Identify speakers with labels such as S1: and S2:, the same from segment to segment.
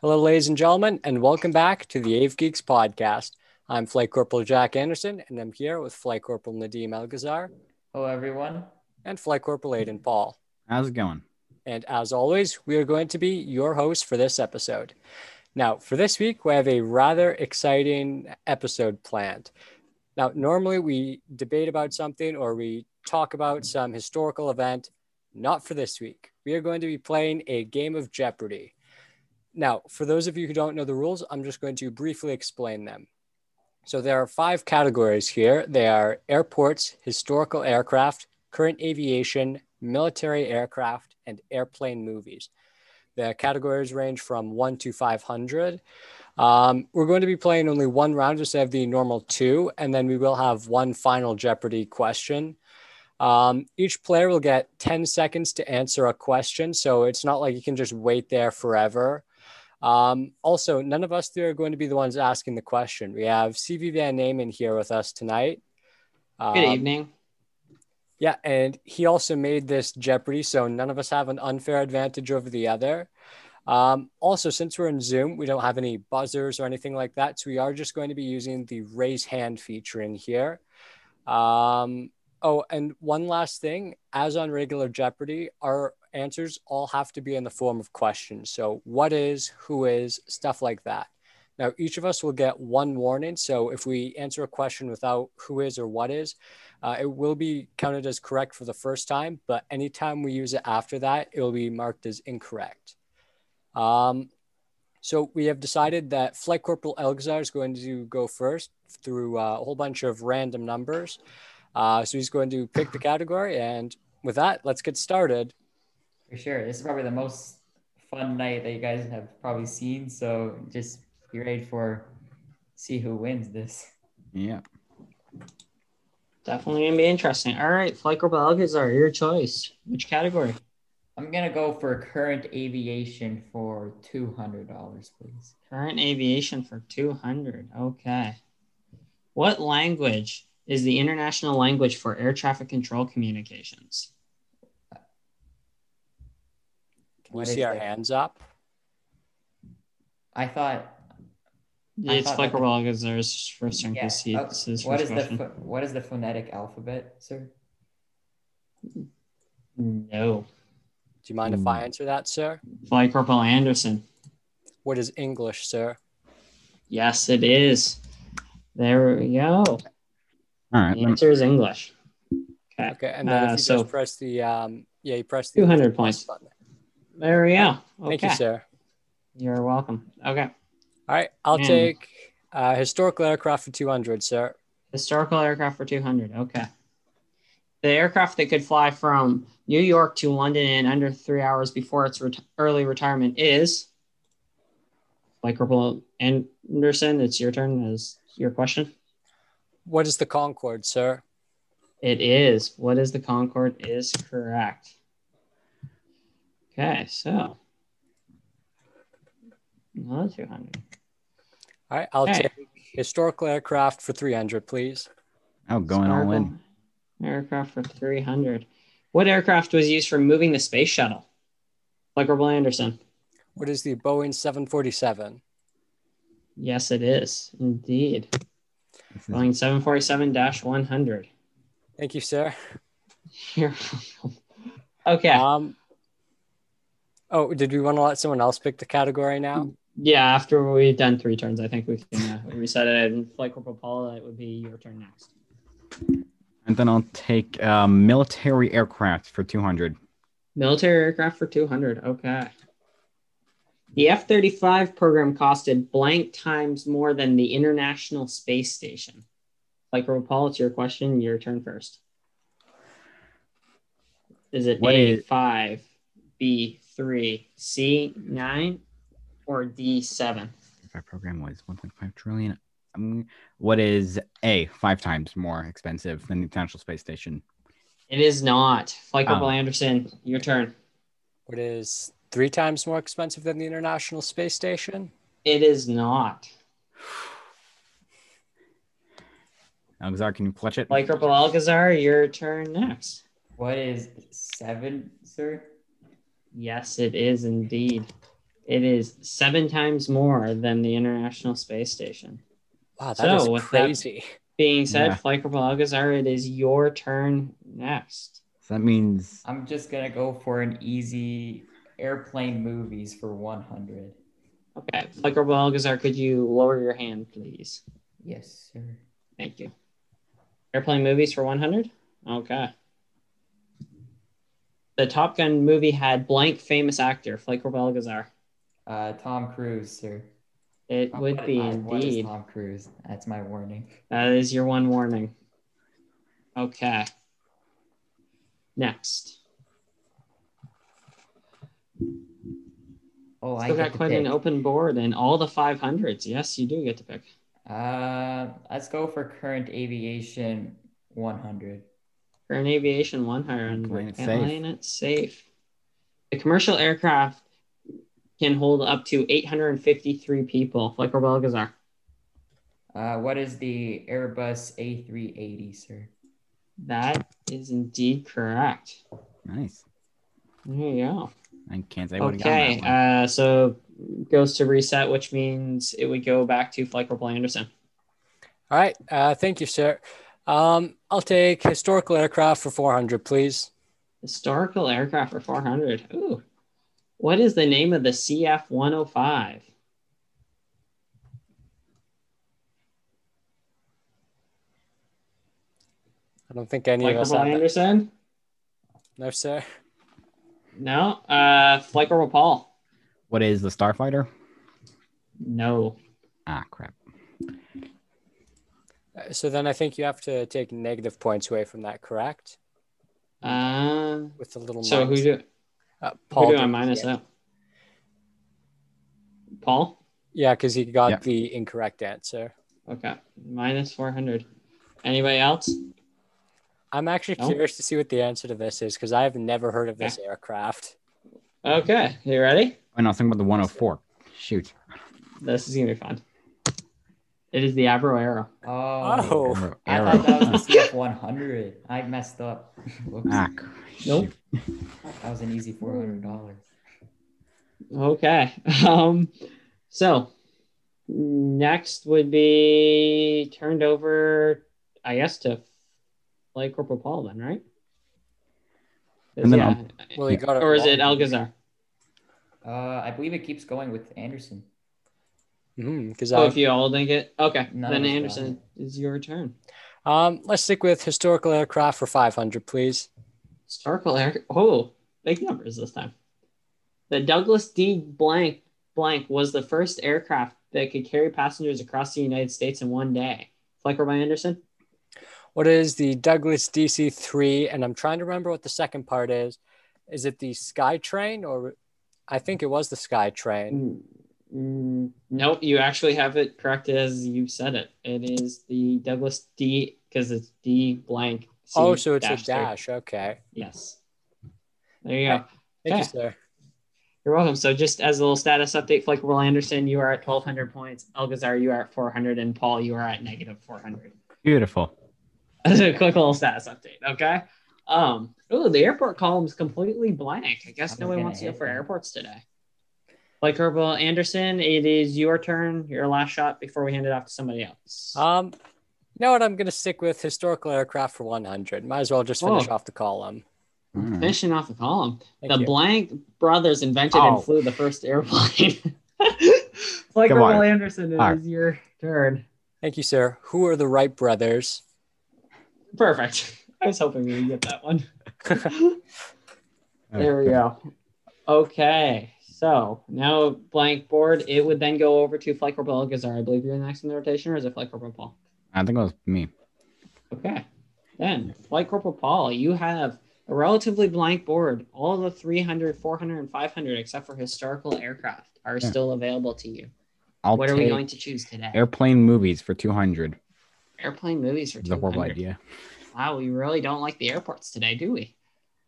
S1: Hello, ladies and gentlemen, and welcome back to the Ave Geeks podcast. I'm Flight Corporal Jack Anderson, and I'm here with Flight Corporal Nadim Algazar
S2: Hello, everyone.
S1: and Flight Corporal Aiden Paul.
S3: How's it going?
S1: And as always, we are going to be your hosts for this episode. Now, for this week, we have a rather exciting episode planned. Now, normally we debate about something or we talk about some historical event. Not for this week. We are going to be playing a game of Jeopardy. Now, for those of you who don't know the rules, I'm just going to briefly explain them. So, there are five categories here they are airports, historical aircraft, current aviation, military aircraft, and airplane movies. The categories range from 1 to 500. Um, we're going to be playing only one round instead of the normal two, and then we will have one final Jeopardy question. Um, each player will get 10 seconds to answer a question, so it's not like you can just wait there forever. Um, also, none of us there are going to be the ones asking the question. We have CV Van Namen here with us tonight.
S2: Good
S1: Um,
S2: evening.
S1: yeah, and he also made this Jeopardy, so none of us have an unfair advantage over the other. Um, also, since we're in Zoom, we don't have any buzzers or anything like that, so we are just going to be using the raise hand feature in here. Um, oh, and one last thing as on regular Jeopardy, our answers all have to be in the form of questions. So, what is, who is, stuff like that. Now, each of us will get one warning. So, if we answer a question without who is or what is, uh, it will be counted as correct for the first time, but anytime we use it after that, it will be marked as incorrect. Um, so we have decided that Flight Corporal Elgazar is going to go first through uh, a whole bunch of random numbers. Uh, so he's going to pick the category, and with that, let's get started.
S2: For sure. This is probably the most fun night that you guys have probably seen. So just be ready for see who wins this.
S3: Yeah.
S4: Definitely gonna be interesting. All right, Flight Corporal Alcazar, your choice. Which category?
S2: I'm gonna go for current aviation for two hundred dollars, please.
S4: Current aviation for 200. Okay. What language is the international language for air traffic control communications?
S1: Can we
S2: What
S1: see
S2: is
S1: our
S2: it?
S1: hands up?
S2: I thought. I
S4: It's
S2: thought
S4: Flight
S2: that-
S4: Corporal Alcazar's first turn.
S2: Yeah.
S4: Yeah.
S2: uh,
S4: His first
S2: what is the
S4: question.
S2: pho- what is the phonetic alphabet, sir?
S4: no.
S1: Do you mind if
S4: Hmm.
S1: I answer that, sir?
S4: Flight Corporal Anderson.
S1: What is English, sir?
S4: Yes, it is. There we go.
S3: All right. Let
S4: The
S3: me,
S4: answer is English. Okay.
S1: Okay, and then if
S4: Uh,
S1: you
S4: so-
S1: just press the um, yeah, you press the
S4: 200 points.
S1: button.
S4: There we go. Okay.
S1: Thank you, sir.
S4: You're welcome. Okay.
S1: All right, I'll
S4: Hmm.
S1: take uh, historical aircraft for 200, sir.
S4: Historical aircraft for 200. Okay. The aircraft that could fly from New York to London in under three hours before its ret- early retirement is. Flight Corporal Anderson, it's your turn. Is your question?
S1: What is the Concorde, sir?
S4: It is. What is the Concorde? Is correct. Okay, so another 200.
S1: All right, I'll
S4: Okay.
S1: take historical aircraft for 300, please.
S3: oh, going all in.
S4: Historical Aircraft for 300. What aircraft was used for moving the space shuttle? Flight Corporal Anderson.
S1: What is the Boeing 747?
S4: Yes, it is indeed.
S3: This is-
S4: Boeing 747 100.
S1: Thank you, sir.
S4: Here. okay.
S1: Um, oh, did we want to let someone else pick the category
S4: Hmm.
S1: now?
S4: Yeah, after we've done three turns, I think we can uh, reset it. And Flight Corporal Paula, it would be your turn next.
S3: And then I'll take um, military aircraft for 200.
S4: Military aircraft for 200. Okay. The F 35 program costed blank times more than the International Space Station. Flight Corporal Paula, it's your question. Your turn first. Is it
S3: What is-
S4: A5, B3, C9, or D7?
S3: If our program was 1.5 trillion, um, what is A, five times more expensive than the International Space Station?
S4: It is not. Flight
S3: Oh.
S4: Corporal Anderson, your turn.
S1: What is three times more expensive than the International Space Station?
S4: It is not.
S3: Alexar, can you clutch it?
S4: Flight Corporal Alcazar, your turn next.
S2: What is seven, sir?
S4: Yes, it is indeed. It is seven times more than the International Space Station.
S1: Wow, that is
S4: So, with that-
S1: crazy.
S4: Being said,
S3: Yeah.
S4: Fliker Balagazar, it is your turn next.
S3: So that means
S2: I'm just gonna go for an easy airplane movies for 100.
S4: Okay, Fliker Balagazar, could you lower your hand, please?
S2: Yes, sir.
S4: Thank you. Airplane movies for 100? Okay. The Top Gun movie had blank famous actor, Flaker Balgazar.
S2: Uh, Tom Cruise, sir.
S4: It
S2: Uh,
S4: would
S2: what-
S4: be
S2: uh, What is
S4: indeed.
S2: Tom Cruise? That's my warning.
S4: That is your one warning. Okay. Next.
S2: Oh, I get
S4: Still got
S2: to
S4: quite
S2: pick.
S4: an open board and all the 500s. Yes, you do get to pick.
S2: Uh, let's go for current aviation 100.
S4: For an aviation 100,
S3: Airplane it
S4: Airplane
S3: safe.
S4: it safe. The commercial aircraft can hold up to 853 people, Flaker Balgazar.
S2: Uh, what is the Airbus A380, sir?
S4: That is indeed correct.
S3: nice.
S4: There you go.
S3: I can't say I would have
S4: Okay,
S3: gotten that one.
S4: uh, so goes to reset, which means it would go back to Flight Corporal Anderson.
S1: All right. Uh, thank you, sir. Um, I'll take historical aircraft for 400, please.
S4: Historical aircraft for 400. Ooh. What is the name of the CF 105?
S1: I don't think any
S4: Flight
S1: of us
S4: Corporal
S1: have that.
S4: Anderson?
S1: No, sir.
S4: No. Uh, Flight Corporal Paul?
S3: What is the Starfighter?
S4: No.
S3: Ah, crap.
S1: Uh, So then I think you have to take negative points away from that, correct?
S4: Uh,
S1: With a little
S4: so who
S1: minus.
S4: do,
S1: uh,
S4: who do I
S1: did-
S4: minus
S1: yeah.
S4: out? Paul?
S1: Yeah, because he got
S3: Yeah.
S1: the incorrect answer.
S4: Okay. Minus 400. Anybody else?
S1: I'm actually
S4: No?
S1: curious to see what the answer to this is because I have never heard of this aircraft.
S4: Okay. You ready?
S3: Oh, no, I was thinking about the 104. Shoot.
S4: This is gonna be fun. It is the Avro Arrow.
S2: Oh,
S1: Oh.
S3: Arrow.
S2: I
S3: arrow.
S2: thought that was the CF 100. I messed up. Whoops.
S3: ah, cr-
S4: Nope.
S3: shoot.
S2: That was an easy $400.
S4: Okay. Um, so next would be turned over, I guess, to like Corporal Paul then, right? 'Cause,
S3: And then
S4: yeah.
S1: Well, he got it
S4: Or is it
S1: wrong.
S4: Elgazar?
S2: Uh, I believe it keeps going with Anderson.
S1: Mhm, 'cause
S4: Oh,
S1: I-
S4: if you all didn't get okay,
S2: None of us
S4: then
S2: got
S4: Anderson is your turn.
S1: um, let's stick with historical aircraft for 500, please.
S4: Historical air. Oh, big numbers this time. The Douglas D. Blank Blank was the first aircraft that could carry passengers across the United States in one day. Flicker by Anderson.
S1: What is the Douglas DC 3? And I'm trying to remember what the second part is. Is it the SkyTrain or I think it was the SkyTrain?
S4: Mm, mm, nope, you actually have it correct as you said it. It is the Douglas D. Because it's D. Blank. C
S1: Oh, so it's a
S4: three.
S1: dash. Okay.
S4: Yes. There you go.
S1: Thank you,
S4: Okay.
S1: sir.
S4: You're welcome. So, just as a little status update, Flicker Will Anderson, you are at 1,200 points. Elgazar, you are at 400, and Paul, you are at negative 400.
S3: Beautiful.
S4: a quick little status update. Okay. Um. Oh, the airport column's completely blank. I guess
S2: I'm
S4: no one
S2: gonna
S4: wants to go
S2: hit
S4: for
S2: that.
S4: airports today. Like Herbal Anderson, it is your turn, your last shot before we hand it off to somebody else.
S1: Um, you know what? I'm going to stick with historical aircraft for 100. Might as well just finish
S4: Whoa.
S1: off the column.
S3: All right.
S4: Finishing off the column,
S1: Thank
S4: the
S1: you.
S4: Blank brothers invented
S3: Oh.
S4: and flew the first airplane. like
S3: Come
S4: Herbal
S3: on.
S4: Anderson, it is
S3: All right.
S4: your turn.
S1: Thank you, sir. Who are the Wright brothers?
S4: Perfect. I was hoping we would get that one. There we
S3: Okay.
S4: go. Okay. So now blank board. It would then go over to Flight Corporal Gazar. I believe you're next in the rotation, or is it Flight Corporal Paul?
S3: I think it was me.
S4: Okay. Then Flight Corporal Paul, you have a relatively blank board. All the 300, 400, and 500, except for historical aircraft, are
S3: Yeah.
S4: still available to you.
S3: I'll
S4: what are
S3: take
S4: we going to choose today?
S3: airplane movies for 200.
S4: Airplane movies for
S3: It's a horrible
S4: 200.
S3: idea.
S4: Wow, we really don't like the airports today, do we?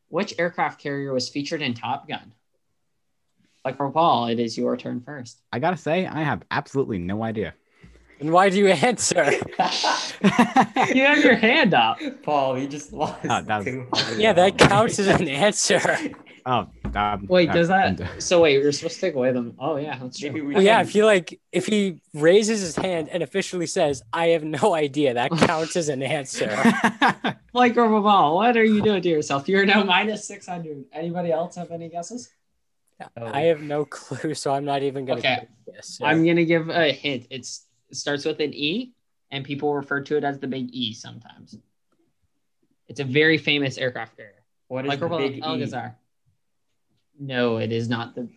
S4: Which aircraft carrier was featured in Top Gun? Flight Corporal Paul, it is your turn first.
S3: I gotta say, I have absolutely no idea.
S1: And why do you answer?
S4: you
S3: oh,
S4: have your hand up.
S2: Paul, you just lost.
S3: Oh, that was-
S2: $200.
S1: yeah, that counts as an answer.
S3: I Um,
S4: Wait, does that? So wait, you're supposed to take away them. Oh yeah, that's true.
S2: Maybe we
S1: Well, yeah,
S2: can-
S1: if he like if he raises his hand and officially says, "I have no idea," that counts as an answer.
S4: Like Ball, what are you doing to yourself? You're now minus six hundred. Anybody else have any guesses?
S1: I have no clue, so I'm not even gonna
S4: Okay.
S1: do this.
S4: I'm gonna give a hint. It's it starts with an E, and people refer to it as the Big E sometimes. It's a very famous aircraft carrier.
S2: What is
S4: Like
S2: the big E?
S4: Alcazar. No, it is not the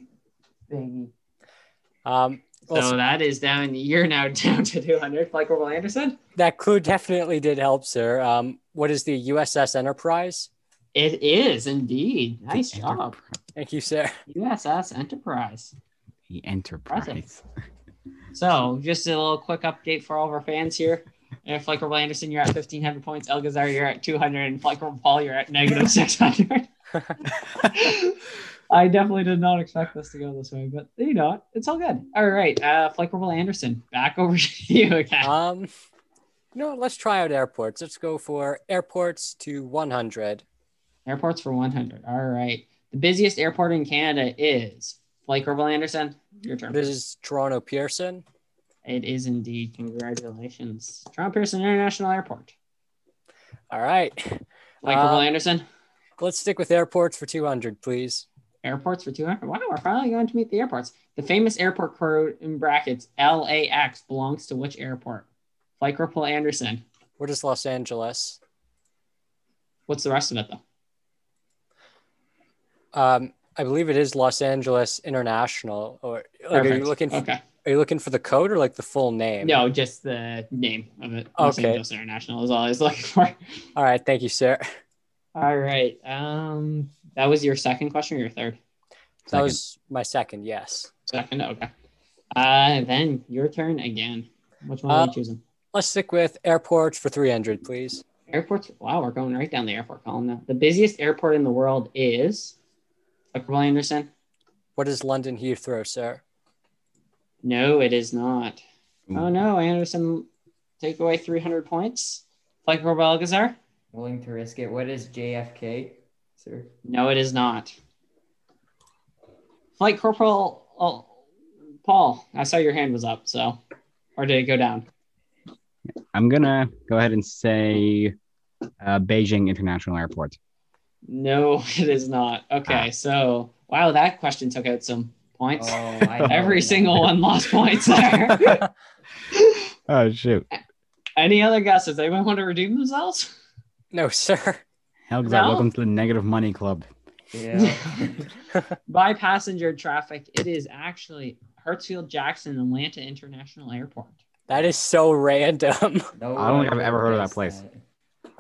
S4: Big E.
S1: Um,
S4: So
S1: well, so
S4: that is down. You're now down to 200. Like Orville Anderson.
S1: that clue definitely did help, sir. Um, what is the USS Enterprise?
S4: It is indeed. Nice job.
S1: Thank you, sir.
S4: USS Enterprise.
S3: The Enterprise.
S4: So just a little quick update for all of our fans here. And Flickerable Anderson, you're at 1,500 points. Elgazar, you're at 200. And Flickerable Paul, you're at negative 600. I definitely did not expect this to go this way, but you know, it's all good. All right. Uh, Flickerable Anderson, back over to you again.
S1: Um, you know, what, let's try out airports. Let's go for airports to 100.
S4: Airports for 100. All right. The busiest airport in Canada is Flickerable Anderson. Your turn.
S1: This is Toronto Pearson.
S4: It is indeed. Congratulations. Toronto Pearson International Airport.
S1: All right,
S4: Flickerable
S1: Uh,
S4: Anderson.
S1: let's stick with airports for 200, please.
S4: Airports for 200. Wow, we're finally going to meet the airports. The famous airport code in brackets LAX belongs to which airport? Flight Corporal Anderson.
S1: What is Los Angeles?
S4: What's the rest of it though?
S1: Um, I believe it is Los Angeles International. Or like, are you
S4: Perfect.
S1: Oh, looking? For,
S4: Okay.
S1: Are you looking for the code or like the full name?
S4: No, just the name of it. Los
S1: Okay.
S4: Angeles International is all I was looking for.
S1: All right, thank you, sir.
S4: All right. Um, that was your second question or your third?
S1: That
S3: Second.
S1: was my second. Yes.
S4: Second. Okay. Uh, then your turn again. Which one are
S1: Uh,
S4: you choosing?
S1: Let's stick with airports for 300, please.
S4: Airports. Wow, we're going right down the airport column now. The busiest airport in the world is. Flight Corporal Anderson.
S1: What is London Heathrow, sir?
S4: No, it is not.
S3: Ooh.
S4: Oh no, Anderson take away 300 points. Like Alcazar?
S2: Willing to risk it. What is JFK, sir?
S4: No, it is not. Flight Corporal oh, Paul, I saw your hand was up, so or did it go down?
S3: I'm gonna go ahead and say uh, Beijing International Airport.
S4: No, it is not. Okay, so wow, that question took out some points.
S2: Oh, I
S4: Every single one lost points there.
S3: Oh shoot!
S4: Any other guesses? Anyone want to redeem themselves?
S1: No, sir.
S3: Helga,
S4: No?
S3: welcome to the Negative Money Club.
S2: Yeah.
S4: By passenger traffic, it is actually Hartsfield Jackson Atlanta International Airport.
S1: That is so random.
S2: No
S3: I don't think
S2: one
S3: I've ever heard of that
S2: guessed
S3: place.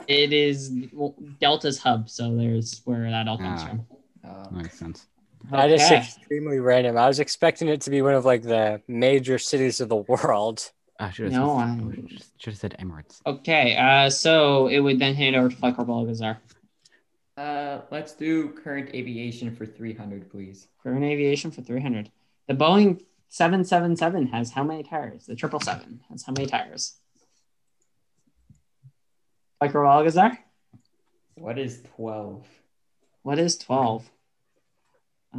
S4: It is well, Delta's hub, so there's where that all comes
S3: Ah.
S4: from.
S2: Uh,
S3: Makes sense.
S1: That is
S4: Okay.
S1: extremely random. I was expecting it to be one of like the major cities of the world.
S3: I Ah, should have
S4: No,
S3: said,
S4: I'm-
S3: should have said Emirates.
S4: Okay, uh, so it would then hand over to Fleck or Balgazar.
S2: uh, let's do current aviation for 300, please.
S4: Current aviation for 300. The Boeing 777 has how many tires? The 777 has how many tires? Fleck or Balgazar?
S2: What is 12?
S4: What is 12? Uh,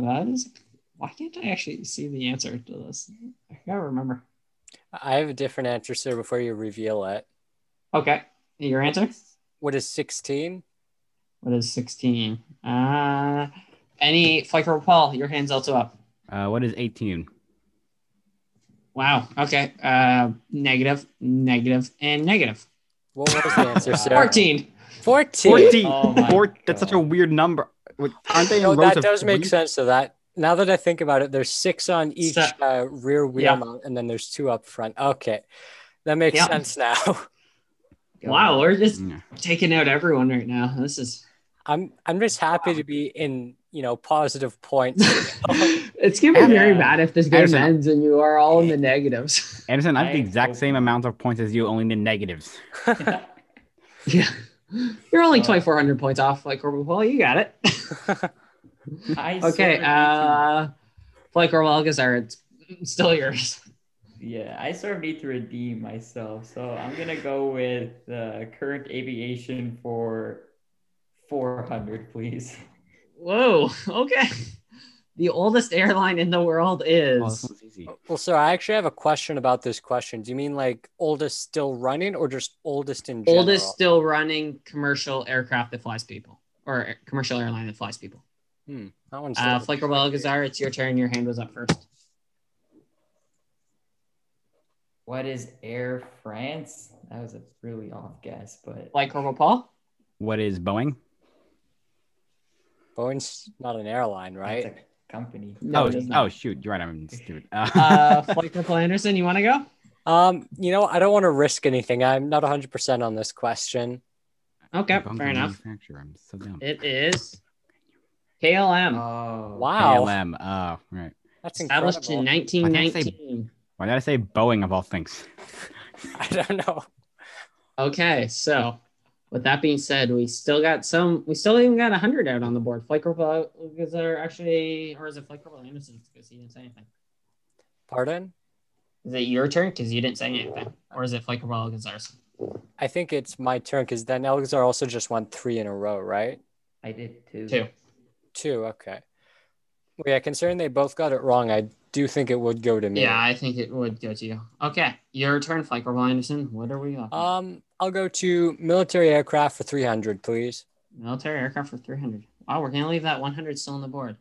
S4: that is. Why can't I actually see the answer to this? I gotta remember.
S1: I have a different answer, sir, before you reveal it.
S4: Okay, your answer?
S1: What is 16?
S4: What is 16? Uh, any Fleck or Paul, your hand's also up.
S3: Uh, what is 18?
S4: Wow. Okay. Uh, negative, negative, and negative.
S1: What was the answer, sir?
S2: Wow.
S4: 14.
S1: 14.
S2: Oh my
S3: Four- that's such a
S2: God.
S3: weird number. Wait, aren't they in
S1: No,
S3: rows
S1: that
S3: of
S1: does make
S3: three?
S1: sense. So that now that I think about it, there's six on each
S4: So-
S1: uh, rear wheel
S4: Yeah.
S1: mount, and then there's two up front. Okay, that makes
S4: Yeah.
S1: sense now.
S4: Wow. We're just
S3: Yeah.
S4: taking out everyone right now. This is,
S1: I'm I'm just happy to be in you know positive points.
S4: it's going to be very bad if this game
S3: Anderson.
S4: ends and you are all in the negatives.
S3: Anderson, I have the
S2: I
S3: exact
S2: hope-
S3: same amount of points as you, only the negatives.
S4: yeah. You're only
S2: Uh,
S4: 2,400 points off. Like, well, you got it.
S2: I
S4: okay.
S2: sort of
S4: Uh, like, Orwell, it's still yours.
S2: need to- yeah, I sort of need to redeem myself. So I'm going to go with uh, current aviation for 400, please.
S4: Whoa. Okay. The oldest airline in the world
S3: Oh, this
S4: is
S3: one's easy.
S1: Well, sir, I actually have a question about this question. Do you mean like oldest still running or just oldest in general?
S4: oldest still running commercial aircraft that flies people or a- commercial airline that fys people.
S1: That one's
S4: Uh,
S1: uh,
S4: Flaker Balgazar, it's your turn. Your hand was up first.
S2: What is Air France? That was a really off guess, but
S4: Flight Corporal Paul.
S3: What is Boeing?
S1: Boeing's not an airline,
S2: that's
S1: right?
S2: a company.
S4: No,
S3: oh,
S4: it is
S3: oh
S4: not.
S3: shoot, you're right. I'm stupid.
S4: Uh, Flight Corporal Anderson, you want to go?
S1: Um, you know, I don't want to risk anything. I'm not 100% on this question.
S4: Okay,
S3: Boeing's
S4: fair
S3: a
S4: enough.
S3: Manufacturer. I'm so dumb.
S4: It is KLM,
S2: Oh,
S1: Wow.
S3: KLM. Oh, right.
S1: That's
S4: established in
S1: incredible.
S4: 1919.
S3: Why did I say Boeing of all things?
S1: I don't know.
S4: Okay, so with that being said, we still got some. We still even got 100 out on the board. Flight Corporal Balgazar actually, or is it Flight Corporal Anderson? Because he didn't say anything.
S1: Pardon?
S4: Is it your turn? Because you didn't say anything. Or is it Flight Corporal Balgazar's?
S1: I think it's my turn because then Elgazar also just won three in a row, right?
S2: I did too.
S4: Two.
S1: Two. Okay. Well, yeah, considering they both got it wrong, I do think it would go to me.
S4: Yeah, I think it would go to you. Okay, your turn, Flight Corporal Anderson. What are we up?
S1: Um, I'll go to military aircraft for 300, please.
S4: Military aircraft for 300. Wow, we're going to leave that 100 still on the board.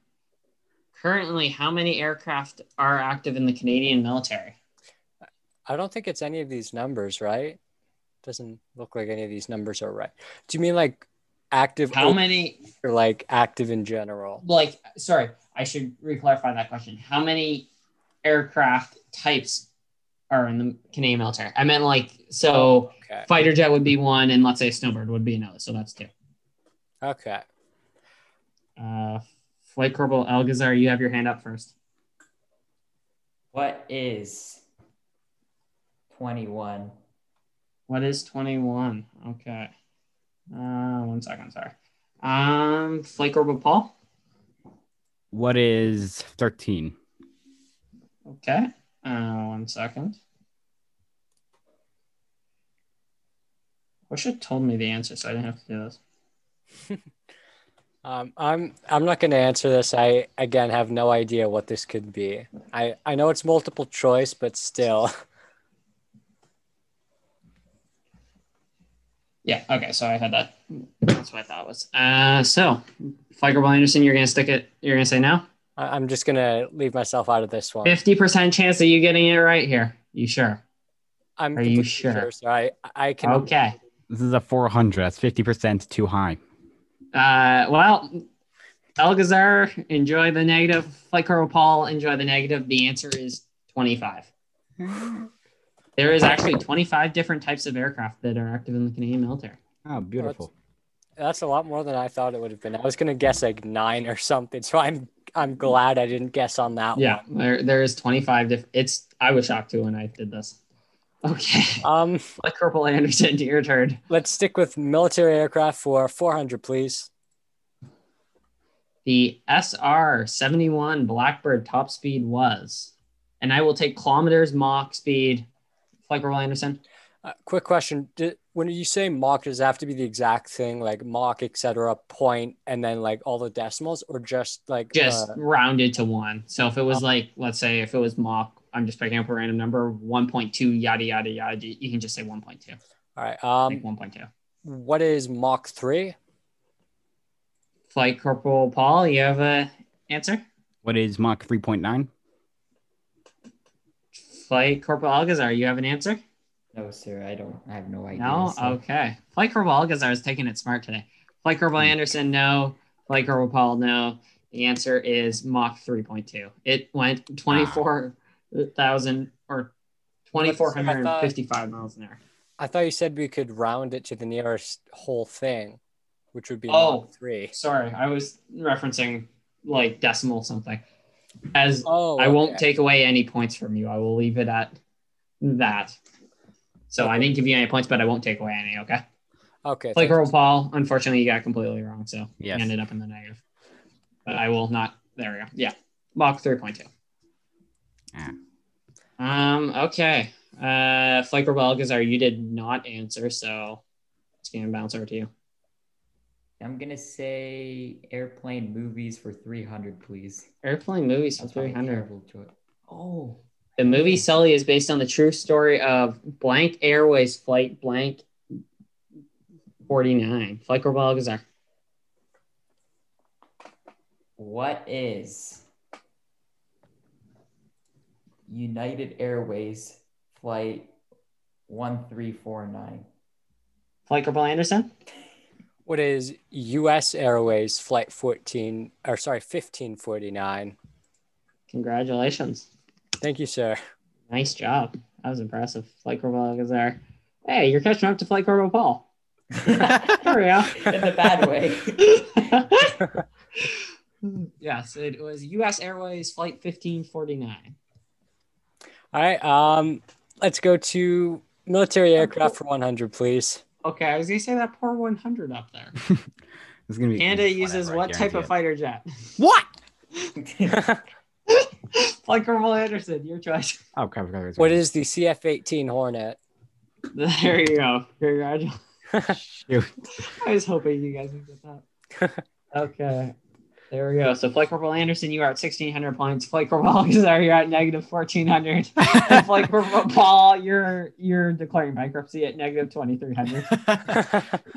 S4: Currently, how many aircraft are active in the Canadian military?
S1: I don't think it's any of these numbers, right? Doesn't look like any of these numbers are right. Do you mean like active
S4: How
S1: open
S4: many,
S1: or like active in general?
S4: like, sorry, I should reclarify that question. How many aircraft types are in the Canadian military? I meant like, so
S1: Okay.
S4: fighter jet would be one, and let's say snowbird would be another. So that's two.
S1: Okay.
S4: Uh, Flight Corporal Algazar, you have your hand up first.
S2: What is 21?
S4: What is 21? Okay. Uh, one second, sorry. Um, Flake Orbital Paul.
S3: What is 13?
S4: Okay. Uh, one second. Wish it told me the answer so I didn't have to do this.
S1: Um, I'm I'm not going to answer this. I again have no idea what this could be. I I know it's multiple choice, but still.
S4: Yeah, okay, so I had that. That's what I thought it was. Uh, so, Flake Orbital Anderson, you're going to stick it, you're going to say no?
S1: I- I'm just gonna leave myself out of this one.
S4: 50% chance of you getting it right here. You sure?
S1: I'm
S4: Are you
S1: completely
S4: sure?
S1: So I I can.
S4: Okay.
S3: This is a 400. That's 50% too high.
S4: Uh, well, Algazar, enjoy the negative. Flight Corporal Paul, enjoy the negative. The answer is 25. There is actually 25 different types of aircraft that are active in the Canadian military.
S3: Oh, beautiful.
S1: That's a lot more than I thought it would have been. I was gonna guess like nine or something. So I'm I'm glad I didn't guess on that
S4: Yeah, there, there is 25 diff- It's I was shocked too when I did this. Okay,
S1: one. Um,
S4: Flight Corporal Anderson, to your turn.
S1: let's stick with military aircraft for 400, please.
S4: The SR 71 Blackbird top speed was, and I will take kilometers, Mach speed. Flight Corporal Anderson.
S1: Uh, quick question: Do, When you say mock, does it have to be the exact thing, like mock, etc., point, and then like all the decimals, or just like
S4: just
S1: uh, oh.
S4: rounded to one. So if it was like, let's say, if it was mock, I'm just picking up a random number, 1.2, yada, yada, yada, you can just say 1.2.
S1: all right.
S4: Like
S1: Um,
S4: 1.2.
S1: what is mock three?
S4: Flight Corporal Paul, you have a answer?
S3: What is Mach 3.9?
S4: Flight Corporal Algazar, you have an answer?
S2: No, sir, I don't. I have no idea.
S4: No?
S2: so-
S4: Okay. Flight Corporal Algazar is taking it smart today. Flight
S1: Hmm.
S4: Corporal Anderson, no. Flight Corporal Paul, no. The answer is Mach 3.2. It went 24,000 or
S1: That's what I thought.
S4: 2,455 miles an hour.
S1: I thought you said we could round it to the nearest whole thing, which would be
S4: Oh.
S1: Mach three.
S4: Sorry, I was referencing like decimal something. As
S1: Oh,
S4: I won't
S1: okay.
S4: take away any points from you, I will leave it at that. So I didn't give you any points, but I won't take away any. Okay.
S1: Okay,
S4: Like
S1: thank you.
S4: Earl Paul, unfortunately, you got completely wrong, so
S3: Yes.
S4: you ended up in the negative. But I will not. There we go. Yeah, Mach three point two.
S3: Ah.
S4: Um. Okay. Uh, Flaker Balgazar, you did not answer, so it's gonna bounce over to you.
S2: I'm gonna say airplane movies for 300, please.
S4: Airplane movies for
S2: That's probably a
S4: 300.
S2: terrible choice. Oh,
S4: The movie Sully is based on the true story of blank Airways flight blank 49. Flight Corporal Alcazar.
S2: what is United Airways flight 1349?
S4: Flight Corporal Anderson?
S1: What is U.S. Airways Flight 14 or sorry 1549?
S4: Congratulations.
S1: Thank you, sir.
S4: Nice job. That was impressive. Flight Corporal Alcazar. Hey, you're catching up to Flight Corporal Paul. There we go.
S2: In the bad way.
S4: yes, it was U.S. Airways Flight 1549.
S1: All right, um, let's go to military aircraft for 100, please.
S4: Okay, I was gonna say that poor 100 up there.
S3: It's gonna be
S4: Canada
S3: whatever,
S4: uses
S3: I
S4: what type
S3: guarantee
S4: of fighter jet?
S3: it. What?
S4: Flight Corporal Anderson, your choice.
S3: Oh, crap, crap, crap,
S1: What is the CF-18 Hornet?
S4: There you go. Congratulations.
S3: Shoot.
S4: I was hoping you guys would get that. okay. There we go. So Flight Corporal Anderson, you are at 1600 points. Flight Corporal Alcazar, you're at negative 1400. and Flight Corporal Paul, you're you're declaring bankruptcy at negative 2300.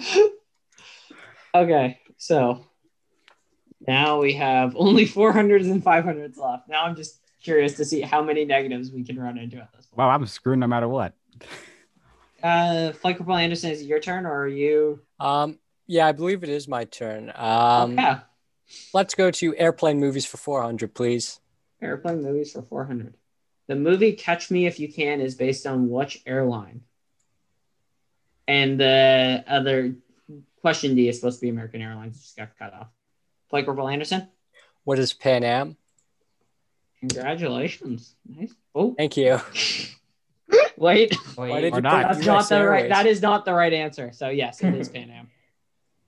S4: okay, so now we have only 400s and 500s left. Now I'm just curious to see how many negatives we can run into at this point.
S3: Wow, I'm screwed no matter what.
S4: Uh, Flight Corporal Anderson, is it your turn or are you?
S1: um, yeah, I believe it is my turn. Um,
S4: okay.
S1: Let's go to airplane movies for 400, please.
S4: Airplane movies for 400. The movie Catch Me If You Can is based on which airline? And the other question D is supposed to be American Airlines, just got cut off. Flight Corporal Anderson,
S1: What is Pan Am?
S4: congratulations. Nice. Oh,
S1: Thank you.
S4: wait.
S1: Why did
S2: Wait,
S1: you
S3: not.
S1: put
S4: That's
S1: US
S4: not the right.
S1: Airways?
S4: That is not the right answer. So yes, it is Pan Am.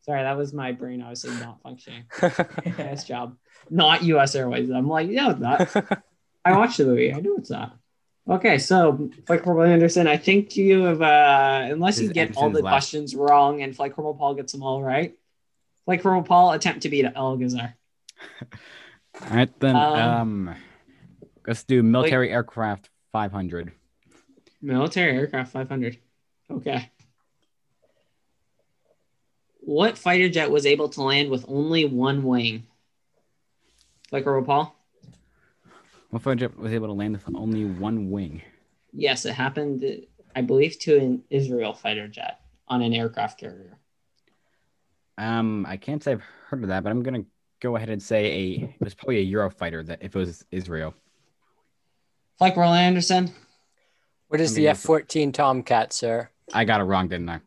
S4: Sorry, that was my brain obviously not functioning. Nice job. Not U.S. Airways. I'm like, yeah, it's not. I watched the movie. I know it's not. Okay, so Flight Corporal Anderson, I think you have, uh, unless
S3: This
S4: you
S3: is
S4: get all
S3: Anderson's
S4: the
S3: last.
S4: questions wrong and Flight Corporal Paul gets them all right, Flight Corporal Paul attempt to beat Elgazar.
S3: All right, then.
S4: Um,
S3: Um, let's do military aircraft 500.
S4: Military aircraft 500. Okay. What fighter jet was able to land with only one wing? Flight Corporal Paul?
S3: What fighter jet was able to land with only one wing?
S4: Yes, it happened, I believe, to an Israel fighter jet on an aircraft carrier.
S3: Um, I can't say I've heard of that, but I'm gonna go ahead and say a. It was probably a Eurofighter that if it was Israel.
S4: Flight Corporal Anderson?
S1: what is
S3: I
S1: the
S3: mean,
S1: F-14 Tomcat, sir?
S3: I got it wrong, didn't I?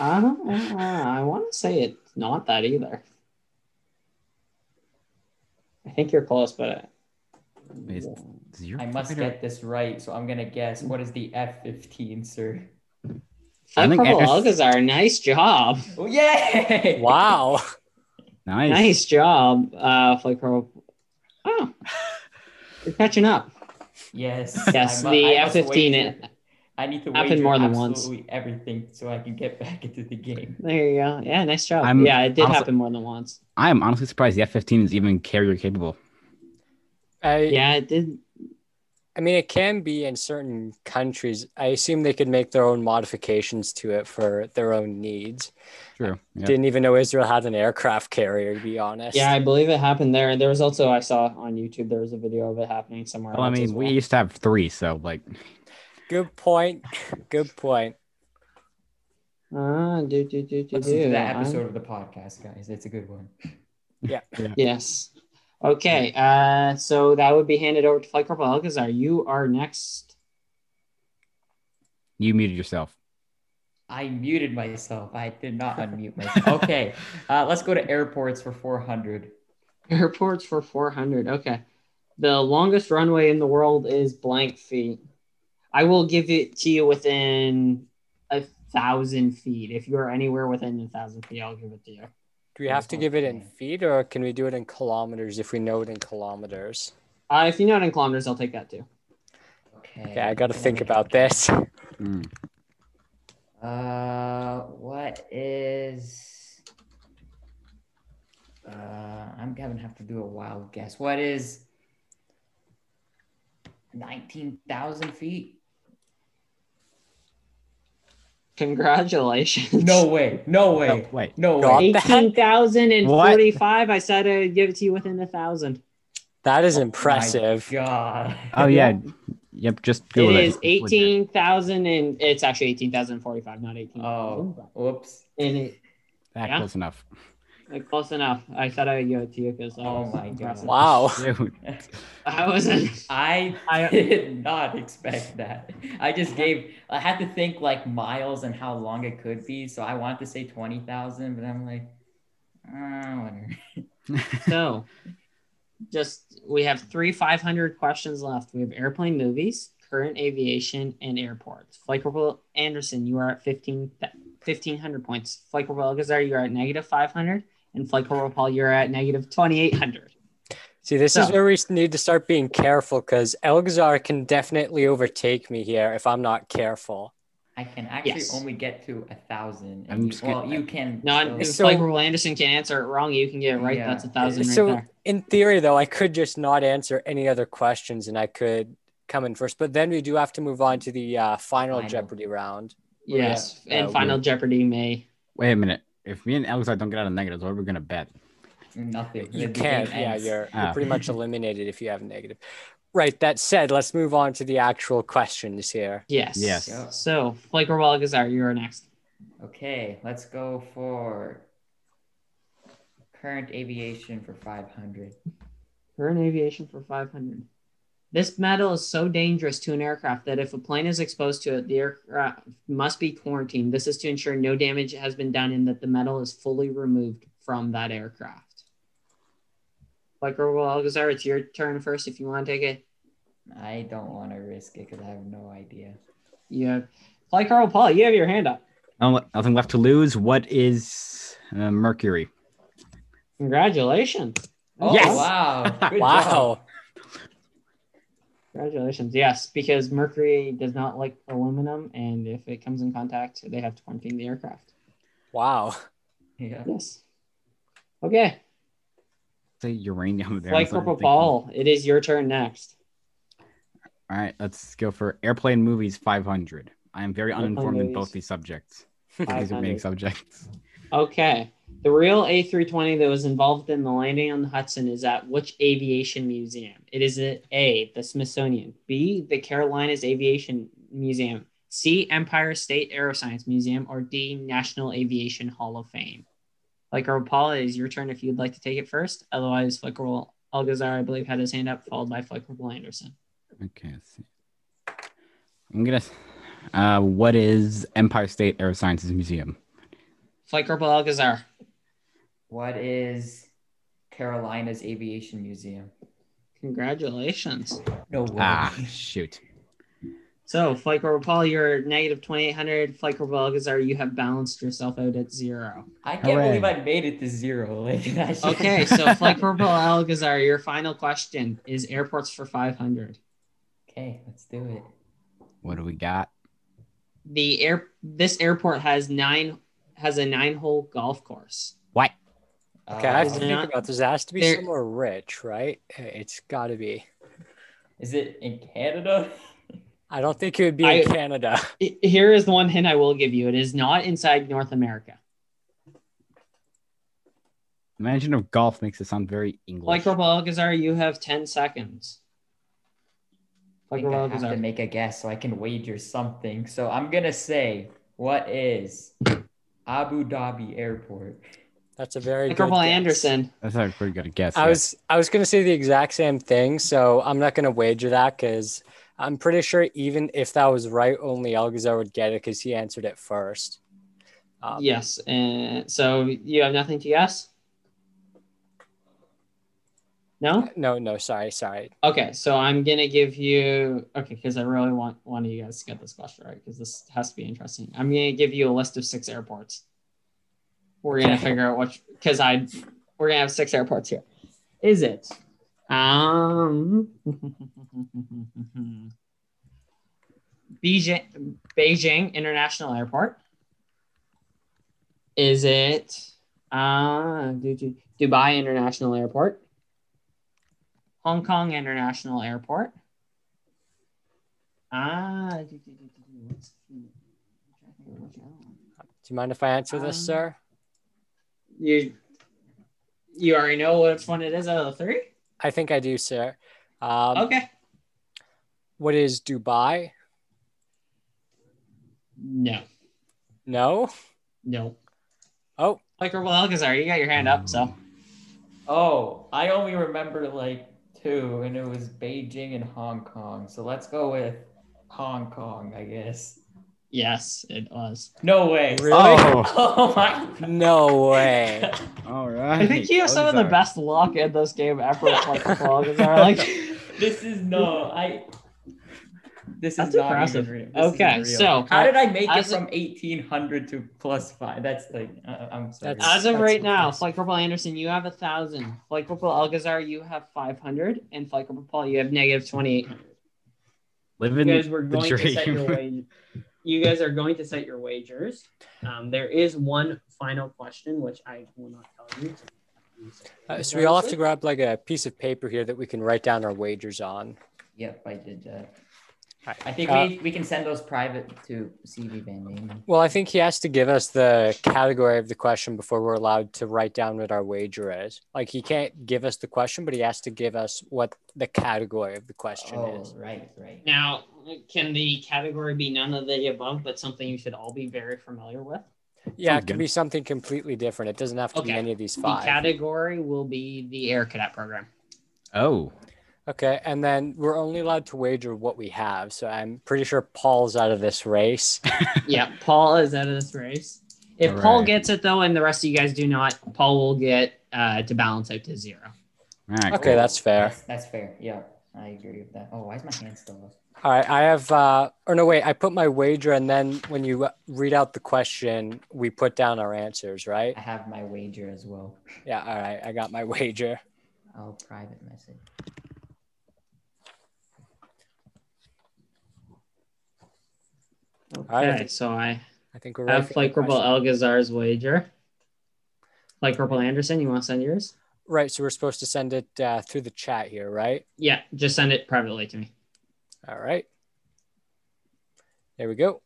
S4: I don't. Uh, I want to say it's not that either. I think you're close, but
S3: Is- Is it
S2: I must
S3: Eurofighter?
S2: get this right, so I'm gonna guess. What is the F-15, sir?
S4: I
S3: I think
S4: Corporal
S3: Anderson-
S4: Alcazar, nice job,
S2: Oh yeah!
S1: Wow.
S3: Nice.
S4: nice job, uh, Flight Corporal. Oh, you're catching up.
S2: Yes.
S4: Yes,
S2: mu-
S4: the
S2: must
S4: F-15
S2: wager- I need to
S4: happened
S2: wager
S4: more than once.
S2: absolutely everything so I can get back into the game.
S4: There you go. Yeah, nice job.
S3: I'm-
S4: yeah, it did
S3: honestly-
S4: happen more than once.
S3: I am honestly surprised the F-15 is even carrier capable.
S1: I,
S4: Yeah, it did.
S1: I mean, it can be in certain countries. I assume they could make their own modifications to it for their own needs.
S3: True. Yeah.
S1: Didn't even know Israel had an aircraft carrier, to be honest.
S4: Yeah, I believe it happened there. And there was also I saw on YouTube there was a video of it happening somewhere.
S3: well, Oh, I
S4: else as
S3: mean, we
S4: well.
S3: used to have three, so like,
S1: Good point. Good point.
S4: ah do do do do
S2: Listen to
S4: do.
S2: that
S4: I'm-
S2: episode of the podcast, guys. It's a good one.
S4: Yes. Okay. Uh, so that would be handed over to Flight Corporal Alcazar. You are next.
S3: you muted yourself.
S2: I muted myself. I did not unmute myself. Okay, uh, let's go to airports for 400.
S4: Airports for 400. Okay. The longest runway in the world is blank feet. I will give it to you within a thousand feet. If you're anywhere within a thousand feet, I'll give it to you.
S1: Do we have to give it in feet or can we do it in kilometers if we know it in kilometers?
S4: Uh, if you know it in kilometers, I'll take that too.
S2: Okay.
S1: Okay, I got to think about this.
S3: Mm.
S2: Uh, what is Uh, I'm gonna have to do a wild guess. What is 19,000 feet?
S4: Congratulations.
S2: No way. No
S3: Oh,
S2: way.
S3: wait.
S2: No
S1: Got
S2: way.
S1: it.
S4: Eighteen thousand and
S3: What?
S4: forty-five. I said I'd give it to you within a thousand.
S1: That is
S2: Oh My
S1: impressive.
S2: God.
S3: Oh yeah. Yep. Just Google
S4: it is eighteen thousand and it's actually eighteen thousand forty-five, not eighteen.
S2: Oh, whoops.
S4: and it,
S3: That
S4: Yeah.
S3: close enough.
S4: like, close enough. I said I would give it to you because
S2: Oh my God.
S1: Wow.
S3: Dude,
S4: I wasn't.
S2: I
S4: I-
S2: did not expect that. I just gave, I had to think like miles and how long it could be. So I wanted to say 20,000, but I'm like, "Ah, I wonder.
S4: So, just we have three 500 questions left. We have airplane movies, current aviation, and airports. Flight Corporal Anderson, you are at 15, 1500 points. Flight Corporal Alcazar, you are at negative 500. And Flight Corporal Paul, you're at negative 2800.
S1: See, this is
S4: So-
S1: where we need to start being careful because Elgazar can definitely overtake me here if I'm not careful.
S2: I can actually
S4: Yes.
S2: only get to a thousand.
S3: I'm just
S2: well,
S3: gonna-
S2: you can.
S4: Not if
S2: still-
S1: So-
S4: Flight Corporal Anderson can answer it wrong, you can get it right.
S2: Yeah.
S4: That's a thousand right
S1: So-
S4: there.
S1: In theory, though, I could just not answer any other questions and I could come in first. But then we do have to move on to the uh, final
S2: Final.
S1: Jeopardy round.
S4: Yes.
S1: yeah,
S4: and
S1: uh,
S4: Final Jeopardy may.
S3: wait a minute. If me and Alexar don't get out of negatives, what are we gonna bet?
S2: nothing.
S1: You
S2: The
S1: can't.
S2: game
S1: Yeah,
S2: ends.
S1: you're, you're
S3: Ah.
S1: pretty much eliminated if you have negative. Right. That said, let's move on to the actual questions here.
S4: Yes.
S3: Yes.
S2: Yeah.
S4: So, Flight Corporal Alcazar, you are next.
S2: Okay, let's go for current aviation for 500.
S4: Current aviation for 500. This metal is so dangerous to an aircraft that if a plane is exposed to it, the aircraft must be quarantined. This is to ensure no damage has been done and that the metal is fully removed from that aircraft. Like Orwell Algazar, it's your turn first if you want to take it.
S2: I don't want to risk it because I have no idea.
S4: You have, like Carl Paul, you have your hand up.
S3: Oh, nothing left to lose. What is uh, Mercury?
S4: Congratulations.
S2: Oh,
S3: Yes!
S2: wow. Good job.
S1: Wow.
S4: Congratulations. Yes, because mercury does not like aluminum, and if it comes in contact, they have to quarantine the aircraft.
S1: Wow.
S2: Yeah.
S4: Yes. Okay.
S3: Say uranium. there.
S4: Flight
S3: That's what I'm
S4: Corporal
S3: thinking.
S4: Paul, it is your turn next.
S3: All right, let's go for airplane movies 500. I am very
S4: Airplane
S3: uninformed in
S4: movies.
S3: both these subjects. These are being
S4: 500.
S3: subjects.
S4: Okay. The real A320 that was involved in the landing on the Hudson is at which aviation museum? It is at A, the Smithsonian, B, the Carolinas Aviation Museum, C, Empire State Aeroscience Museum, or D, National Aviation Hall of Fame. Like Paul, it is your turn if you'd like to take it first. Otherwise, Flickerel Algazar, I believe, had his hand up, followed by Flickerel Anderson.
S3: Okay, let's see. I'm gonna. Uh, what is Empire State Aerosciences Museum?
S4: Flickerel Algazar.
S2: What is Carolina's Aviation Museum?
S4: Congratulations.
S2: No way.
S3: Ah, shoot.
S4: So, Flight Corporal Paul, you're negative 2800. Flight Corporal Alcazar, you have balanced yourself out at zero.
S2: I can't
S3: Hooray.
S2: believe I made it to zero. Like, that's just-
S4: Okay, so Flight Corporal Alcazar, your final question is airports for 500.
S2: okay, let's do it.
S3: What do we got?
S4: The air this airport has nine has a nine hole golf course.
S3: What?
S1: Okay, I have
S2: Uh,
S1: to
S4: Is
S1: think
S4: not-
S1: about this. It has to be
S4: there-
S1: somewhere rich, right? It's got to be.
S2: is it in Canada?
S1: I don't think it would be in
S4: I-
S1: Canada.
S4: I- Here is the one hint I will give you. It is not inside North America.
S3: Imagine if golf makes it sound very English.
S4: Flight Corporal Alcazar, you have 10 seconds.
S2: I
S4: Flight
S2: think I
S4: Corporal
S2: have to
S4: Alcazar.
S2: make a guess so I can wager something. So I'm gonna say, what is Abu Dhabi Airport?
S1: That's a very
S4: Flight
S1: good.
S4: Corporal
S1: guess.
S4: Anderson.
S3: That's a pretty good guess.
S1: I
S3: yeah.
S1: was I was gonna say the exact same thing, so I'm not gonna wager that because I'm pretty sure even if that was right, only Algazar would get it because he answered it first. Um,
S4: Yes. And so you have nothing to guess? No?
S1: No, no, sorry, sorry.
S4: Okay. So I'm going to give you, okay, because I really want one of you guys to get this question right because this has to be interesting. I'm going to give you a list of six airports. We're going to figure out which, because I, we're going to have six airports here. Is it? Um, Beijing, Beijing International Airport. Is it Uh, Du- Du- Dubai International Airport, Hong Kong International Airport. Ah, Du- Du- Du- Du- Du- what's the- I'm trying to think of which other one.
S1: Do you mind if I answer this,
S4: Um,
S1: sir?
S4: you you already know which one it is out of the three.
S1: I think I do, sir. Um,
S4: Okay.
S1: What is Dubai?
S4: No,
S1: No.
S4: no.
S1: Oh,
S4: Like well, Alcazar, you got your hand up, so
S2: Oh, I only remember like two, and it was Beijing and Hong Kong. So let's go with Hong Kong, I guess.
S4: yes, it was.
S2: No way.
S1: Really?
S3: Oh,
S2: Oh my.
S1: no way.
S3: all right. Oh,
S4: I think you have some of the
S3: Ozark.
S4: best luck in this game ever. Like, Alcazar, like.
S2: this is no. I. This
S4: That's
S2: is not
S4: impressive.
S2: even real. This isn't
S4: Okay,
S2: real.
S4: so-
S2: how did I make it
S4: As a-
S2: from eighteen hundred to plus five? That's like uh, I'm sorry.
S1: That's-
S4: As of right now,
S1: impressive.
S4: Flight Corporal Anderson, you have a thousand. Flight Corporal Algazar, you have five hundred, and Flight Corporal Paul, you have negative twenty-eight. You
S3: Living
S4: guys were
S3: the
S4: going to set your
S3: dream.
S4: wage. You guys are going to set your wagers. Um, there is one final question, which I will not tell you.
S1: Uh, so we all have to grab like a piece of paper here that we can write down our wagers on.
S2: Yep, I did that.
S1: Alright,
S2: I think
S1: uh,
S2: we, we can send those private to CV Van Diemen.
S1: Well, I think he has to give us the category of the question before we're allowed to write down what our wager is. Like he can't give us the question, but he has to give us what the category of the question
S2: Oh,
S1: is.
S2: right, right.
S4: Now, can the category be none of the above, but something you should all be very familiar with?
S1: Yeah,
S3: Sounds
S1: it can
S3: good.
S1: be something completely different. It doesn't have to be
S4: Okay.
S1: any of these
S4: The
S1: five.
S4: category will be the Air Cadet Program.
S3: Oh,
S1: okay, and then we're only allowed to wager what we have. So I'm pretty sure Paul's out of this race.
S4: yeah, Paul is out of this race. If
S3: All
S4: Paul
S3: right.
S4: gets it though, and the rest of you guys do not, Paul will get uh, to balance out to zero.
S3: all right.
S1: Okay, that's fair.
S2: That's, that's fair. Yeah, I agree with that. Oh, why is my hand still up?
S1: All right, I have. Uh, or no, wait, I put my wager, and then when you uh, read out the question, we put down our answers, right?
S2: I have my wager as well.
S1: Yeah. All right, I got my wager.
S2: I'll private message.
S1: All right. I
S4: Okay,
S1: think-
S4: so I
S1: I think we're ready.
S4: have
S1: for the
S4: Flight Corporal
S1: question.
S4: Elgazar's wager. Flight Corporal Anderson, you want to send yours?
S1: Right. So we're supposed to send it uh, through the chat here, right?
S4: Yeah, just send it privately to me.
S1: All right. There we go.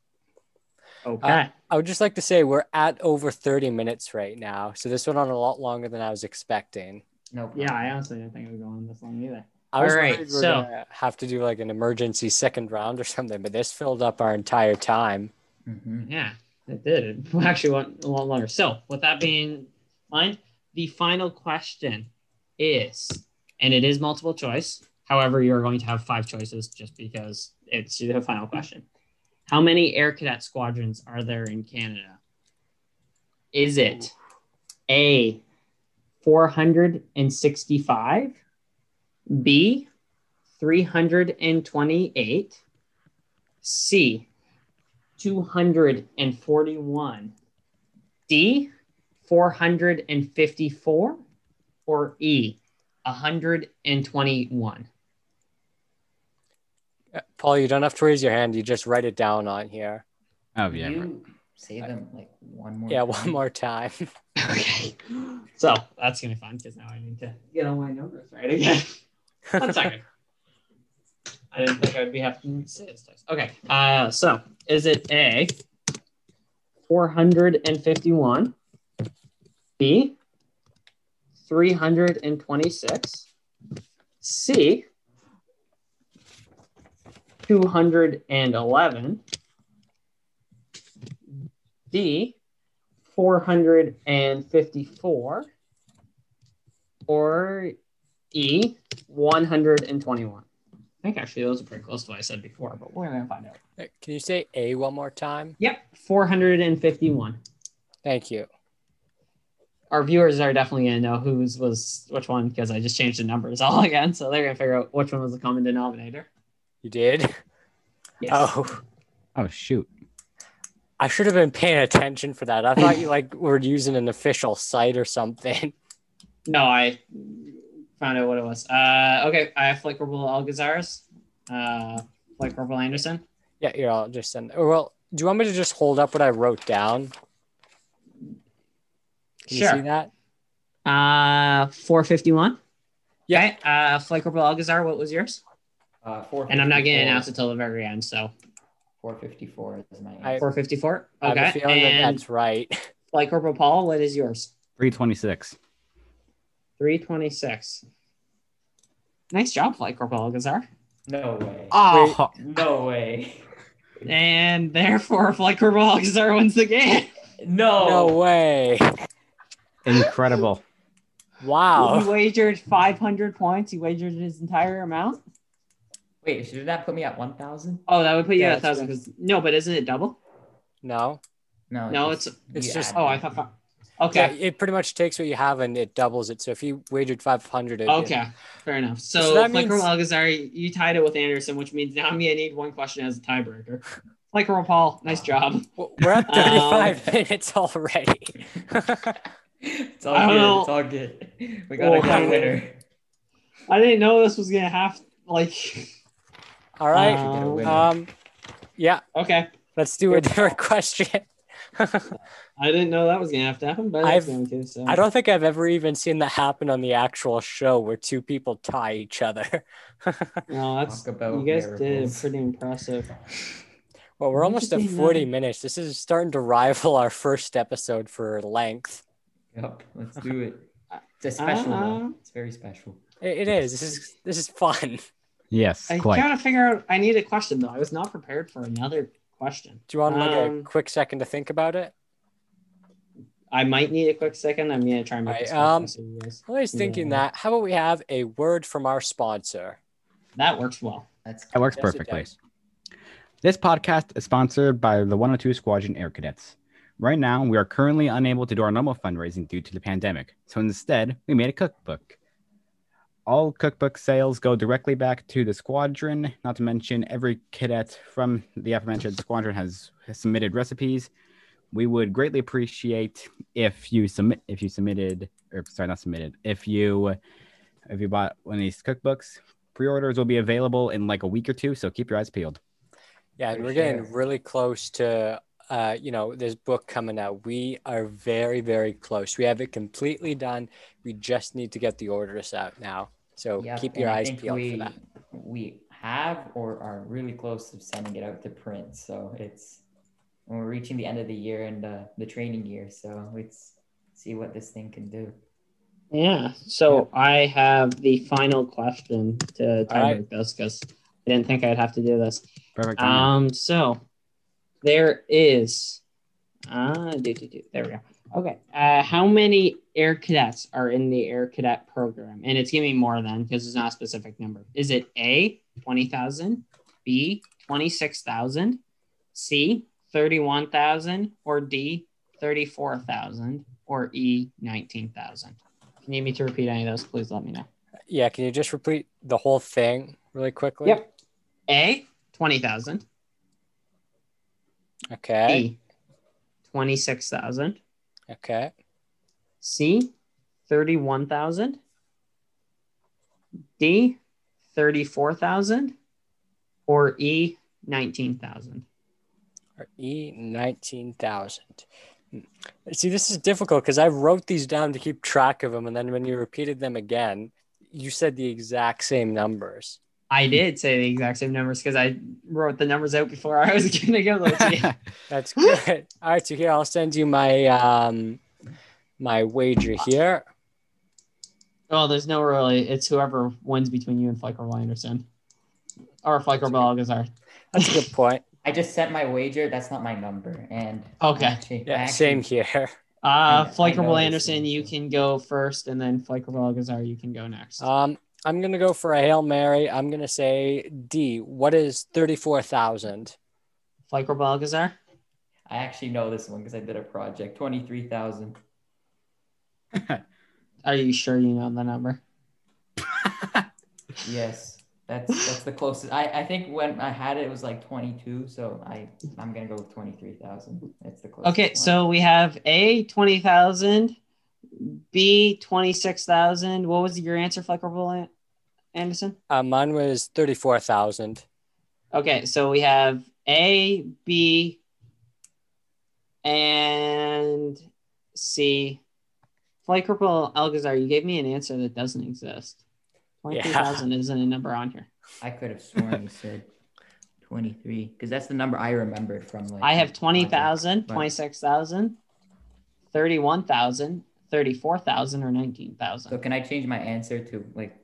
S4: Okay.
S1: I would just like to say we're at over 30 minutes right now. So this went on a lot longer than I was expecting.
S2: No.
S4: yeah, I
S2: problem.
S4: honestly didn't think it would go on this long either.
S1: I was
S4: All right,
S1: worried we we're
S4: so-
S1: gonna have to do like an emergency second round or something, but this filled up our entire time.
S2: Mhm.
S4: Yeah, it did. It actually went a lot longer. So, with that being in mind, the final question is, and it is multiple choice. However, you're going to have five choices just because it's the final question. How many air cadet squadrons are there in Canada? Is it A, 465, B, 328, C, 241. D, 454. Or E, 121.
S1: Uh, Paul, you don't have to raise your hand. You just write it down on here.
S3: Oh yeah. right.
S2: You say them like one more.
S1: Yeah,
S2: time.
S1: one more time.
S4: Okay. So that's going to be fun because now I need to get all my numbers right again. One second. I didn't think I'd be having to say this twice. Okay. Uh, so is it A, 451, B, 326, C, 211, D, 454, or E, 121. I think actually those are pretty close to what I said before, but we're going to find out.
S1: Uh, Can you say A one more time?
S4: Yep, 451.
S1: Thank you.
S4: Our viewers are definitely going to know whose was which one because I just changed the numbers all again. So they're going to figure out which one was the common denominator.
S1: You did?
S4: Yes.
S1: Oh,
S3: Oh shoot.
S1: I should have been paying attention for that. I thought you like were using an official site or something.
S4: No, I found out what it was. Uh, okay, I have Flight Corporal Algazars, uh, Flight Corporal Anderson.
S1: Yeah, here, I'll just send. Or well, do you want me to just hold up what I wrote down? Can
S4: Sure.
S1: you see that?
S4: Uh, 451.
S1: Yeah.
S4: Okay. Uh, Flaker Balgazar, what was yours?
S2: Uh, 454,
S4: And I'm not getting announced until the very end, so
S2: 454 is my
S1: I-
S2: answer.
S4: 454.
S1: I have a
S4: Okay.
S1: feeling that
S4: And
S1: that's right.
S4: Flight Corporal Paul, what is yours?
S3: 326.
S4: 326. Nice job, Flight Corporal Algazar.
S2: No way.
S3: Oh,
S2: No way.
S4: And therefore, Flight Corporal Algazar wins the game.
S1: No
S2: No.
S1: way.
S3: incredible.
S4: He
S1: Wow.
S4: wagered 500 points. He wagered his entire amount.
S2: Wait, should that put me at 1,000?
S4: Oh, that would put you
S1: Yeah,
S4: at a
S1: that's
S4: thousand. Because no, but isn't it double?
S1: No.
S2: No.
S4: No,
S1: it's- it's
S2: you
S1: just-
S2: add
S4: Oh,
S2: it.
S4: I thought. fi- Okay.
S1: Yeah, it pretty much takes what you have and it doubles it. So if you wagered 500, it,
S4: Okay. Fair enough. So,
S1: So
S4: Flight
S1: that
S4: Corporal
S1: means-
S4: Algazar, you tied it with Anderson, which means now me I need one question as a tiebreaker. Flight Corporal Paul, nice job.
S1: Well, We're at
S4: Um,
S1: 35 minutes already.
S2: it's all
S4: I don't
S2: good.
S4: know.
S2: It's all good. We got a
S4: Well, I-
S2: good winner.
S4: I didn't know this was gonna have like.
S1: All right.
S2: Should get a
S4: Um,
S2: winner.
S1: Um, yeah,
S4: Okay,
S1: let's do a different question.
S4: I didn't know that was gonna have to happen, but it's
S1: I've-
S4: going to. So
S1: I don't think I've ever even seen that happen on the actual show where two people tie each other.
S4: No, that's
S2: Talk about
S4: you guys did
S2: miracles.
S4: pretty impressive.
S1: Well, we're almost at
S4: Interesting,
S1: 40
S4: man.
S1: minutes. This is starting to rival our first episode for length.
S2: Yep, let's do it. It's a special
S4: Uh-uh.
S2: one. It's very special.
S1: It, it is. This is this is fun.
S3: Yes,
S4: I
S3: quite.
S4: gotta figure out. I need a question though. I was not prepared for another question.
S1: Do you want like a
S4: Um,
S1: quick second to think about it?
S4: I might need a quick second. I'm gonna try and make
S1: Alright,
S4: this
S1: um,
S4: quick so you guys-
S1: I was thinking
S4: yeah.
S1: that. How about we have a word from our sponsor?
S4: That works well.
S2: That's
S3: That works
S1: Yes, it
S3: perfectly.
S1: does.
S3: This podcast is sponsored by the 102 Squadron Air Cadets. Right now, we are currently unable to do our normal fundraising due to the pandemic, so instead, we made a cookbook. All cookbook sales go directly back to the squadron, not to mention every cadet from the aforementioned squadron has, has submitted recipes. We would greatly appreciate if you submit if you submitted or sorry, not submitted, if you if you bought one of these cookbooks, pre-orders will be available in like a week or two so keep your eyes peeled
S1: Yeah,
S2: For
S1: and we're getting
S2: sure.
S1: really close to uh, you know, this book coming out. We are very, very close. We have it completely done. We just need to get the orders out now. So
S2: Yep,
S1: keep your
S2: and I
S1: eyes
S2: think
S1: peeled
S2: we,
S1: for that.
S2: We have or are really close to sending it out to print. So it's we're reaching the end of the year and uh, the training year. So let's see what this thing can do.
S4: Yeah. So I have the final question to tiebreak
S1: Alright.
S4: this because I didn't think I'd have to do this.
S3: perfect timing.
S4: Um, so there is uh do, do, do. there we go. Okay. Uh how many air cadets are in the air cadet program? And it's giving me more than because it's not a specific number. Is it A twenty thousand, B twenty six thousand, C thirty one thousand, or D thirty four thousand, or E nineteen thousand? If you need me to repeat any of those, please let me know.
S1: Yeah, can you just repeat the whole thing really quickly?
S4: Yep. A twenty thousand.
S1: Okay.
S4: B twenty six thousand.
S1: Okay.
S4: C, 31,000. D, 34,000. Or E, 19,000.
S1: Or E nineteen thousand. See, this is difficult because I wrote these down to keep track of them, and then when you repeated them again, you said the exact same numbers.
S4: I did say the exact same numbers because I wrote the numbers out before I was going to give those to you.
S1: That's good. All right, so here I'll send you my um my wager here.
S4: well, there's no really. It's whoever wins between you and Flicker Anderson. Or Flicker Balgazar.
S1: That's a good point.
S2: I just set my wager. That's not my number. And
S4: Okay.
S2: actually- I
S1: Yeah,
S2: actually-
S1: same here.
S4: Uh,
S2: I- I
S4: Flicker
S2: know this
S4: Anderson,
S2: one,
S4: you
S2: so-
S4: can go first, and then Flicker Balgazar, you can go next.
S1: Um, I'm gonna go for a hail mary. I'm gonna say D. What is thirty-four thousand?
S4: Flicker Balgazar?
S2: I actually know this one because I did a project. Twenty three thousand.
S4: Are you sure you know the number?
S2: Yes. That's that's the closest. I, I think when I had it, it was like twenty two. So I I'm gonna go with twenty three thousand. That's the closest.
S4: Okay,
S2: one.
S4: so we have A twenty thousand, B twenty six thousand. What was your answer, Fleckerable An- Anderson?
S1: Uh, mine was thirty-four thousand.
S4: Okay, so we have A, B, and C, Flight Corporal Elgazar, you gave me an answer that doesn't exist.
S1: Yeah.
S4: 23,000 isn't a number on here.
S2: I could have sworn you said 23 because that's the number I remembered from like.
S4: I have
S2: the project.
S4: 20,000,
S2: But
S4: 26,000, 31,000, 34,000, or
S2: So
S4: 19,000.
S2: can I change my answer to like,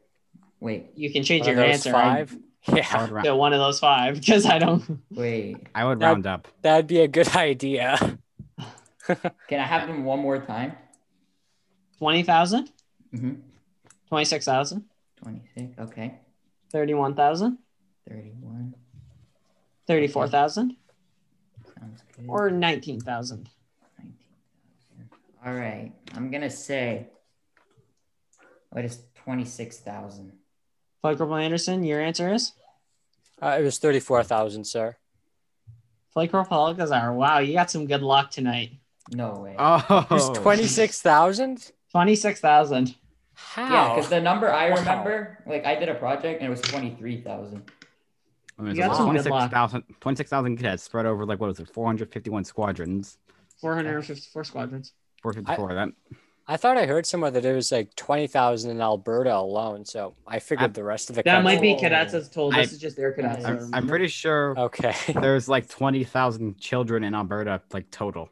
S2: wait,
S4: You can change
S1: One of
S4: your
S1: those
S4: answer I-
S1: five. Yeah,
S3: I would, round,
S4: to one of those five because I don't.
S2: wait?
S3: I would
S1: That-
S3: round up.
S1: that'd be a good idea.
S2: Can I have them one more time?
S4: 20,000,
S2: Mm-hmm.
S4: 26,000,
S2: 26. Okay.
S4: 31,000,
S2: 31.
S4: 34,000,
S2: Sounds good.
S4: or 19,000.
S2: 19,000. All right. I'm going to say, what is 26,000?
S4: Flight Corporal Anderson, your answer is?
S1: Uh, it was thirty-four thousand, sir.
S4: Flight Corporal Alcazar. Wow, you got some good luck tonight.
S2: No way.
S3: Oh,
S1: It was twenty-six thousand.
S4: 26,000.
S2: yeah,
S1: How?
S2: because the number I
S1: Wow.
S2: remember, like I did a project and it was 23,000.
S4: You got
S1: some
S4: good luck.
S3: 26,000 26,000 cadets spread over like what was it, 451 squadrons,
S4: 454 squadrons.
S3: 454 of them.
S1: I thought I heard somewhere that it was like twenty thousand in Alberta alone. So I figured the rest of the
S4: That
S1: country.
S4: might be
S2: Oh.
S4: cadets as told. This
S3: I-
S4: is just air cadets.
S2: I-
S3: I'm, I'm pretty sure
S4: Uh,
S1: Okay,
S3: there's like 20,000 children in Alberta, like total.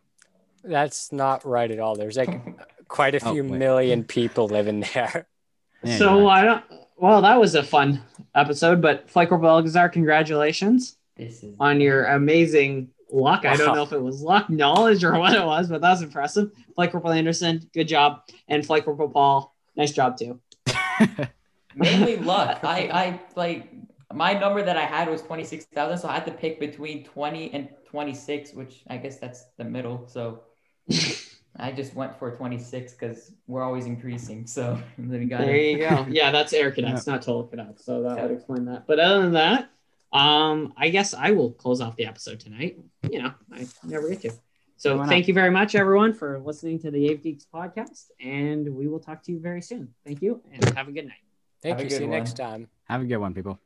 S1: that's not right at all. There's like quite a
S3: Oh,
S1: few
S3: wait.
S1: million people living there.
S3: Yeah,
S4: so uh,
S3: yeah.
S4: I don't. Well, that was a fun episode, but Flight Corporal Belgazar, congratulations
S2: This is
S4: on your amazing luck. I don't
S1: Wow.
S4: know if it was luck, knowledge, or what it was, but that was impressive. Flight Corporal Anderson, good job, and Flight Corporal Paul, nice job too.
S2: mainly luck. I, I like my number that I had was 26,000. So I had to pick between 20 and 26, which I guess that's the middle. So I just went for 26 because we're always increasing. So then we got
S4: There
S2: it.
S4: you go. Yeah, that's air cadets, not total cadets. So that would explain that. But other than that, um, I guess I will close off the episode tonight. You know, I never get to.
S3: Why
S4: So
S3: not?
S4: thank you very much, everyone, for listening to the Ave Geeks podcast, and we will talk to you very soon. Thank you, and have a good night.
S1: Thank
S2: a
S1: you.
S2: good
S1: See you next
S2: one.
S1: time.
S3: Have a good one, people.